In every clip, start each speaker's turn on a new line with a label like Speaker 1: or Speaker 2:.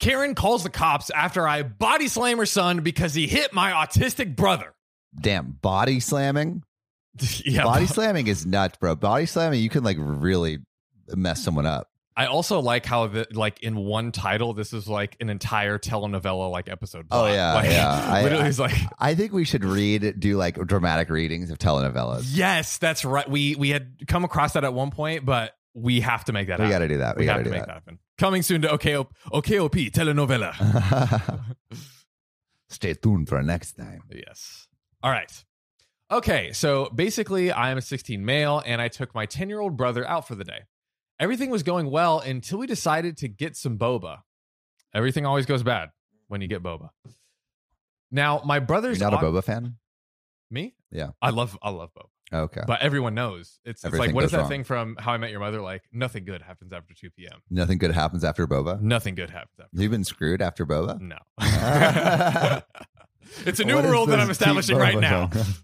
Speaker 1: Karen calls the cops after I body slam her son because he hit my autistic brother.
Speaker 2: Damn, body slamming.
Speaker 1: yeah.
Speaker 2: Body slamming is nuts, bro. Body slamming, you can like really mess someone up.
Speaker 1: I also like how the, like in one title this is like an entire telenovela like episode.
Speaker 2: Oh,
Speaker 1: plot.
Speaker 2: yeah,
Speaker 1: Like,
Speaker 2: yeah. I-
Speaker 1: literally,
Speaker 2: I-
Speaker 1: it's like
Speaker 2: I think we should read, do like dramatic readings of telenovelas.
Speaker 1: yes, that's right. We we had come across that at one point, but we have to make that.
Speaker 2: we got
Speaker 1: happen.
Speaker 2: to do that.
Speaker 1: We,
Speaker 2: We,
Speaker 1: have
Speaker 2: got to
Speaker 1: to
Speaker 2: do
Speaker 1: make that.
Speaker 2: that.
Speaker 1: happen. Coming soon to OKO, OKOP telenovela.
Speaker 2: Stay tuned for next time.
Speaker 1: yes. All right. Okay, so basically, I am a 16 male, and I took my 10 year old brother out for the day. Everything was going well until we decided to get some boba. Everything always goes bad when you get boba. Now, my brother's
Speaker 2: You're not
Speaker 1: au-
Speaker 2: a Boba fan?
Speaker 1: Me?
Speaker 2: Yeah.
Speaker 1: I love I love boba.
Speaker 2: Okay.
Speaker 1: But everyone knows. It's, it's like
Speaker 2: Everything
Speaker 1: what is
Speaker 2: goes
Speaker 1: that
Speaker 2: wrong.
Speaker 1: thing from How I Met Your Mother? Like nothing good happens after 2 p.m.
Speaker 2: Nothing good happens after Boba.
Speaker 1: Nothing good happens after.
Speaker 2: You've been screwed after Boba.
Speaker 1: No. it's a new
Speaker 2: What is
Speaker 1: rule that
Speaker 2: this
Speaker 1: I'm establishing
Speaker 2: deep
Speaker 1: right now.
Speaker 2: boba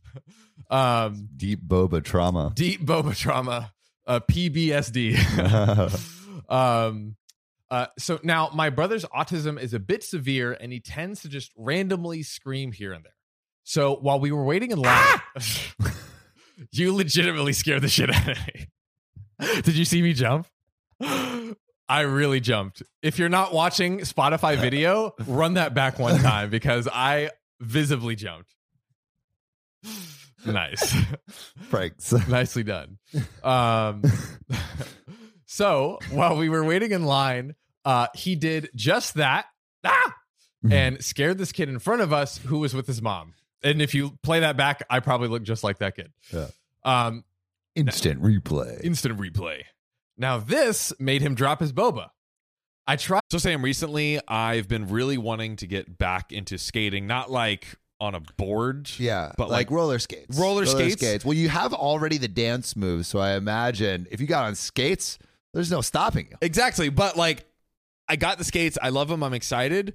Speaker 1: um
Speaker 2: Deep Boba trauma.
Speaker 1: deep boba trauma, uh PBSD. um uh, so now my brother's autism is a bit severe and he tends to just randomly scream here and there. So while we were waiting in line, you legitimately scared the shit out of me. Did you see me jump? I really jumped. If you're not watching Spotify video, run that back one time because I visibly jumped. Nice.
Speaker 2: Franks.
Speaker 1: Nicely done. Um, so while we were waiting in line, uh, he did just that ah!
Speaker 3: Mm-hmm.
Speaker 1: and scared this kid in front of us who was with his mom. And if you play that back, I probably look just like that kid.
Speaker 2: Yeah.
Speaker 1: Um,
Speaker 2: Instant replay.
Speaker 1: instant replay. Now this made him drop his boba. I tried.
Speaker 3: So Sam, recently I've been really wanting to get back into skating, not like on a board.
Speaker 2: yeah,
Speaker 3: But, like,
Speaker 2: roller skates.
Speaker 3: roller skates?
Speaker 2: Well, you have already the dance moves, so I imagine if you got on skates, there's no stopping you.
Speaker 3: Exactly. But like I got the skates. I love them. I'm excited.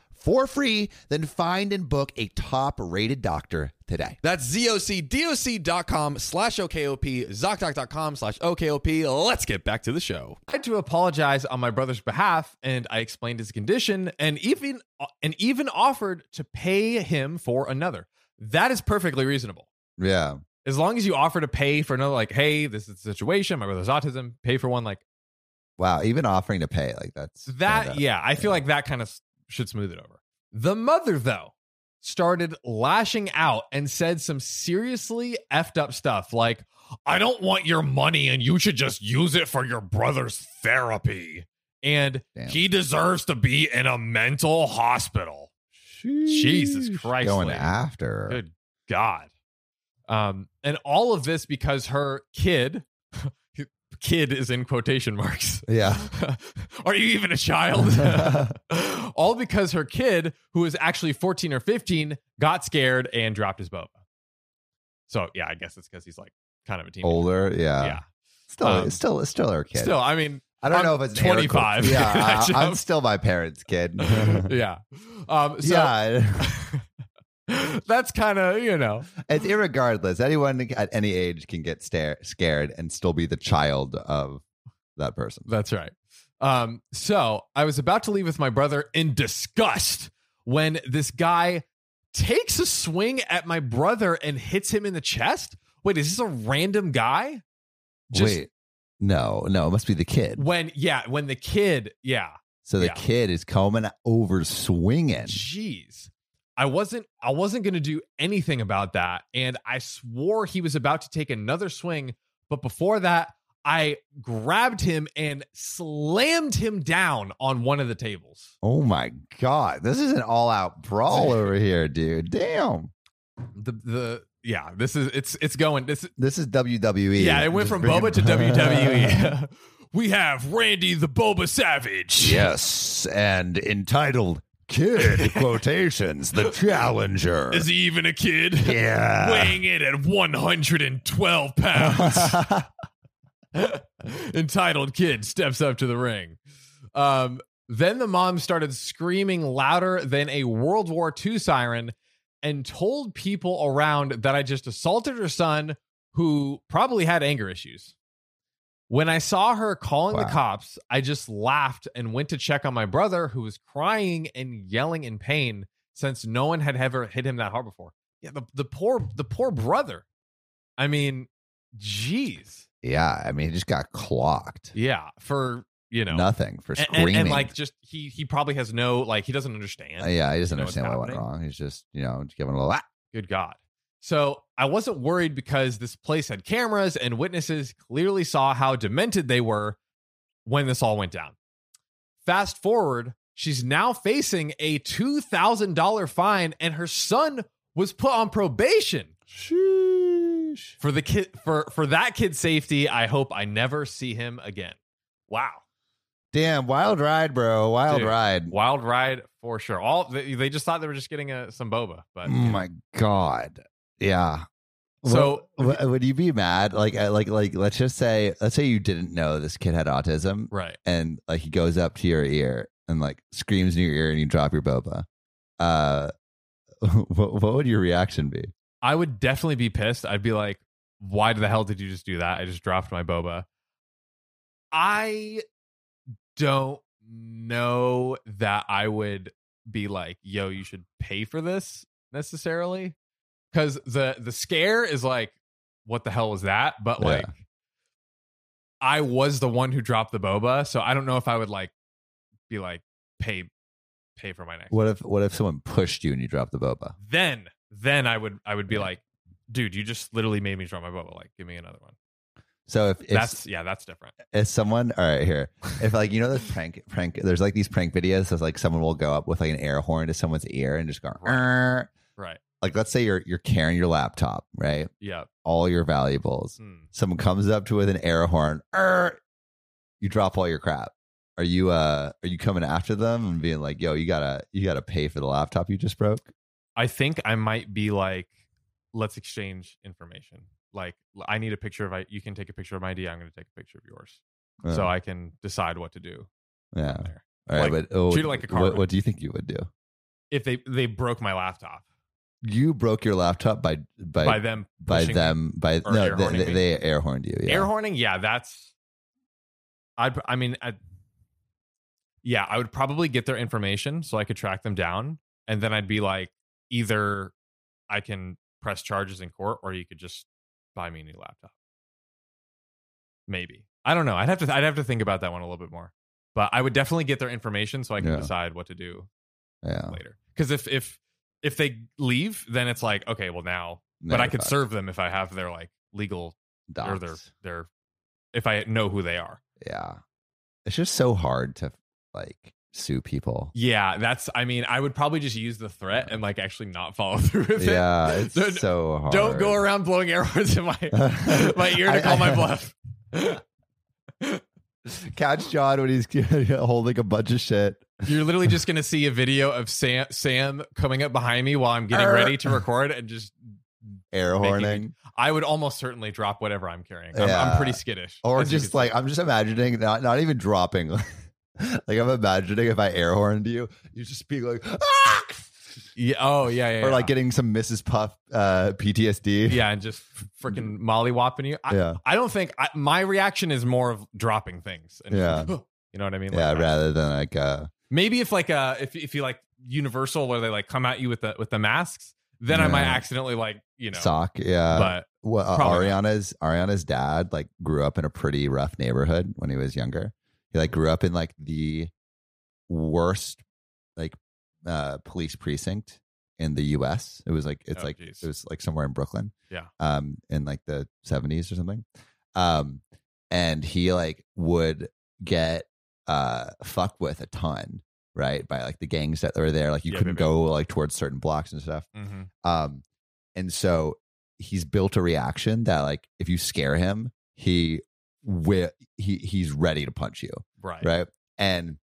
Speaker 2: for free. Then find and book a top rated doctor today.
Speaker 3: That's zocdoc.com slash OKOP, ZocDoc.com slash OKOP. Let's get back to the show.
Speaker 1: tried to apologize on my brother's behalf and I explained his condition and even and even offered to pay him for another. That is perfectly reasonable.
Speaker 2: Yeah.
Speaker 1: As long as you offer to pay for another like, hey, this is the situation, my brother's autism, pay for one like
Speaker 2: Wow. Even offering to pay, like that's
Speaker 1: that yeah, I feel like that kind of should smooth it over. The mother though started lashing out and said some seriously effed up stuff like I don't want your money and you should just use it for your brother's therapy. And
Speaker 2: Damn.
Speaker 1: he deserves to be in a mental hospital. Jesus Christ.
Speaker 2: Going
Speaker 1: lady.
Speaker 2: after.
Speaker 1: Good God. Um, and all of this because her kid, kid is in quotation marks.
Speaker 2: Yeah.
Speaker 1: Are you even a child? all because her kid, who is actually 14 or 15, got scared and dropped his boba. So, yeah, I guess it's because he's like kind of a teenager.
Speaker 2: Older. Yeah.
Speaker 1: Yeah.
Speaker 2: Still,
Speaker 1: Um,
Speaker 2: still, still our kid.
Speaker 1: Still, I mean,
Speaker 2: I don't
Speaker 1: I'm
Speaker 2: know if it's an air quote.
Speaker 1: 25.
Speaker 2: Yeah.
Speaker 1: I
Speaker 2: I, am
Speaker 1: just-
Speaker 2: still my parents' kid.
Speaker 1: yeah. Um, so
Speaker 2: yeah.
Speaker 1: that's kind of, you know,
Speaker 2: It's irregardless. Anyone at any age can get stare- scared and still be the child of that person.
Speaker 1: That's right. Um, so I was about to leave with my brother in disgust when this guy takes a swing at my brother and hits him in the chest wait, is this a random guy? Just
Speaker 2: Wait. No, no, it must be the kid.
Speaker 1: when, yeah, when the kid, yeah,
Speaker 2: So the
Speaker 1: Yeah.
Speaker 2: kid is coming over swinging.
Speaker 1: Jeez. I wasn't I wasn't going to do anything about that and I swore he was about to take another swing, but before that I grabbed him and slammed him down on one of the tables.
Speaker 2: Oh my god, this is an all-out brawl over here, dude. Damn,
Speaker 1: The the yeah, this is it's it's going this
Speaker 2: this is E. WWE.
Speaker 1: yeah, it went
Speaker 2: Just
Speaker 1: from
Speaker 2: bring
Speaker 1: Boba to E. WWE. we have Randy the Boba Savage.
Speaker 2: yes, and entitled "Kid" quotations. The challenger.
Speaker 1: Is he even a kid?
Speaker 2: yeah.
Speaker 1: Weighing in at 112 pounds. entitled kid steps up to the ring. Um, then the mom started screaming louder than a World War II siren and told people around that I just assaulted her son, who probably had anger issues. When I saw her calling
Speaker 2: Wow.
Speaker 1: the cops, I just laughed and went to check on my brother, who was crying and yelling in pain since no one had ever hit him that hard before. Yeah, the, the poor the poor brother. I mean, jeez.
Speaker 2: yeah, I mean, he just got clocked.
Speaker 1: Yeah, for you know,
Speaker 2: Nothing for
Speaker 1: and,
Speaker 2: screaming.
Speaker 1: and, and, like just he he probably has no like he doesn't understand.
Speaker 2: Uh, yeah, he doesn't
Speaker 1: know what's
Speaker 2: understand what went
Speaker 1: happening.
Speaker 2: wrong. He's just, you know, just giving a little. Ah.
Speaker 1: Good God. So I wasn't worried because this place had cameras and witnesses clearly saw how demented they were when this all went down. Fast forward, she's now facing a two thousand dollar fine, and her son was put on probation
Speaker 2: Sheesh.
Speaker 1: for the kid for for that kid's safety. I hope I never see him again. Wow.
Speaker 2: Damn, wild ride, bro. Wild
Speaker 1: Dude.
Speaker 2: ride.
Speaker 1: Wild ride for sure. All they, they just thought they were just getting a, some boba, but
Speaker 2: Oh my god. Yeah.
Speaker 1: So-
Speaker 2: Wo- wo- would you be mad? Like, uh, like, like, let's just say, let's say you didn't know this kid had autism,
Speaker 1: right.
Speaker 2: and like he goes up to your ear and like screams in your ear, and you drop your boba. Uh, what, what would your reaction be?
Speaker 1: I would definitely be pissed. I'd be like, why the hell did you just do that? I just dropped my boba. I don't know that I would be like, yo, you should pay for this necessarily. Cause the the scare is like, what the hell was that? But
Speaker 2: Yeah.
Speaker 1: like I was the one who dropped the boba. So I don't know if I would like be like, pay pay for my next
Speaker 2: What if, what if someone pushed you and you dropped the boba?
Speaker 1: then then I would I would be
Speaker 2: Yeah.
Speaker 1: like, dude, you just literally made me draw my bubble. Like, give me another one.
Speaker 2: So if, if
Speaker 1: that's yeah, that's different.
Speaker 2: if someone all right here if like you know the prank prank there's like these prank videos that's like someone will go up with like an air horn to someone's ear and just go
Speaker 1: Right.
Speaker 2: "Arr."
Speaker 1: Right.
Speaker 2: like let's say you're you're carrying your laptop right
Speaker 1: Yeah.
Speaker 2: all your valuables
Speaker 1: Hmm.
Speaker 2: someone comes up to with an air horn "Arr." you drop all your crap are you uh are you coming after them and being like yo you gotta you gotta pay for the laptop you just broke
Speaker 1: I think I might be like, let's exchange information. Like I need a picture of I you can take a picture of my ID, I'm gonna take a picture of yours.
Speaker 2: Uh,
Speaker 1: so I can decide what to do.
Speaker 2: yeah
Speaker 1: from there.
Speaker 2: all right
Speaker 1: like,
Speaker 2: but oh,
Speaker 1: treat it like a car
Speaker 2: what,
Speaker 1: wreck.
Speaker 2: what do you think you would do
Speaker 1: If they they broke my laptop
Speaker 2: you broke your laptop by by
Speaker 1: by
Speaker 2: by,
Speaker 1: them pushing me.
Speaker 2: them by
Speaker 1: or
Speaker 2: no
Speaker 1: air horning
Speaker 2: they,
Speaker 1: me.
Speaker 2: they, they air horned you yeah.
Speaker 1: air horning yeah that's i i mean I, yeah i would probably get their information so i could track them down and then i'd be like either i can press charges in court or you could just buy me a new laptop maybe i don't know i'd have to i'd have to think about that one a little bit more but i would definitely get their information so i can
Speaker 2: Yeah. Oh.
Speaker 1: decide what to do
Speaker 2: yeah
Speaker 1: later because if if if they leave then it's like okay well now but
Speaker 2: No,
Speaker 1: i could
Speaker 2: fuck.
Speaker 1: serve them if i have their like legal or their
Speaker 2: Docs.
Speaker 1: their if I know who they are.
Speaker 2: Yeah. It's just so hard to like sue people.
Speaker 1: Yeah, that's I mean, I would probably just use the threat and like actually not follow through with
Speaker 2: Yeah,
Speaker 1: it.
Speaker 2: it's
Speaker 1: Don't-
Speaker 2: so hard.
Speaker 1: Don't go around blowing air horns in my my ear
Speaker 2: I-
Speaker 1: to call my
Speaker 2: I-
Speaker 1: bluff.
Speaker 2: Catch John when he's holding a bunch of shit.
Speaker 1: You're literally just gonna see a video of Sam Sam coming up behind me while I'm getting
Speaker 2: Arr.
Speaker 1: ready to record and just
Speaker 2: Air
Speaker 1: Making-
Speaker 2: horning.
Speaker 1: I would almost certainly drop whatever I'm carrying. I'm, I'm
Speaker 2: Yeah.
Speaker 1: pretty skittish.
Speaker 2: Or
Speaker 1: as you
Speaker 2: just
Speaker 1: can
Speaker 2: like I'm just imagining not not even dropping. like I'm imagining if I air horned you, you just be like ah!
Speaker 1: see. yeah, oh yeah, yeah,
Speaker 2: or
Speaker 1: yeah.
Speaker 2: like getting some Mrs. Puff uh PTSD.
Speaker 1: yeah, and just freaking mollywopping you. I,
Speaker 2: Yeah.
Speaker 1: I don't think I, my reaction is more of dropping things. And just like, you know what I mean? Like,
Speaker 2: Yeah,
Speaker 1: I-
Speaker 2: rather than like uh
Speaker 1: Maybe if like uh if if you like Universal where they like come at you with the with the masks, then I might
Speaker 2: Yeah.
Speaker 1: accidentally like you know.
Speaker 2: sock. Yeah.
Speaker 1: but
Speaker 2: what uh,
Speaker 1: Probably
Speaker 2: Ariana's Ariana's dad like grew up in a pretty rough neighborhood when he was younger. He like
Speaker 1: Mm-hmm.
Speaker 2: grew up in like the worst like uh police precinct in the US. It was like it's
Speaker 1: Oh,
Speaker 2: like
Speaker 1: geez.
Speaker 2: it was like somewhere in Brooklyn.
Speaker 1: Yeah.
Speaker 2: Um in like the 70s or something. Um and he like would get uh fucked with a ton, right? By like the gangs that were there. Like you
Speaker 1: Yeah,
Speaker 2: couldn't
Speaker 1: yeah, yeah.
Speaker 2: go like towards certain blocks and stuff.
Speaker 1: Mhm.
Speaker 2: Um, and so he's built a reaction that like if you scare him, he will he he's ready to punch you,
Speaker 1: Right.
Speaker 2: right? And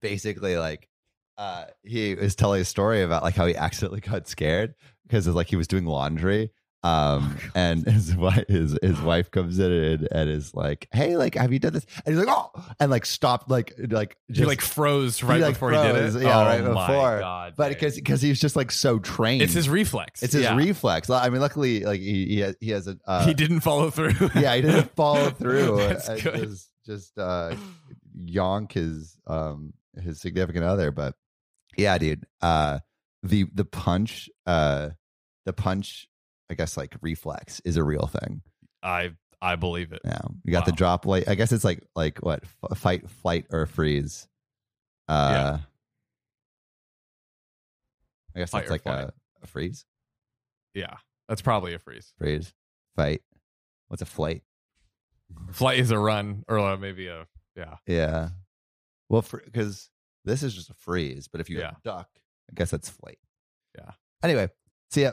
Speaker 2: basically like uh he was telling a story about like how he accidentally got scared because it's like he was doing laundry. Um
Speaker 1: Oh, God.
Speaker 2: and his wife his his wife comes in and, and is like, Hey, like have you done this? And he's like, Oh and like stopped like like
Speaker 1: he like froze right
Speaker 2: like,
Speaker 1: before he did
Speaker 2: froze,
Speaker 1: it.
Speaker 2: yeah,
Speaker 1: oh
Speaker 2: right
Speaker 1: my
Speaker 2: before.
Speaker 1: God,
Speaker 2: but
Speaker 1: dude.
Speaker 2: because because he was just like so trained.
Speaker 1: it's his reflex.
Speaker 2: It's his
Speaker 1: Yeah.
Speaker 2: reflex. I mean, luckily, like he he has, he has a uh,
Speaker 1: he didn't follow through.
Speaker 2: yeah he didn't follow through.
Speaker 1: That's
Speaker 2: and
Speaker 1: good.
Speaker 2: Just just uh, yonk his um his significant other, but yeah, dude. Uh, the the punch uh the punch I guess like reflex is a real thing.
Speaker 1: I I believe it.
Speaker 2: Yeah, you got the
Speaker 1: Wow.
Speaker 2: drop like I guess it's like like what F- fight flight or freeze. Uh, I guess
Speaker 1: Fight
Speaker 2: that's
Speaker 1: or
Speaker 2: like
Speaker 1: flight.
Speaker 2: a, a freeze
Speaker 1: Yeah, that's probably a freeze.
Speaker 2: freeze fight. What's a flight?
Speaker 1: Flight is a run, or uh, maybe a yeah.
Speaker 2: Yeah. Well, because this is just a phrase, but if you
Speaker 1: Yeah.
Speaker 2: duck, I guess that's flight.
Speaker 1: Yeah.
Speaker 2: Anyway, see ya.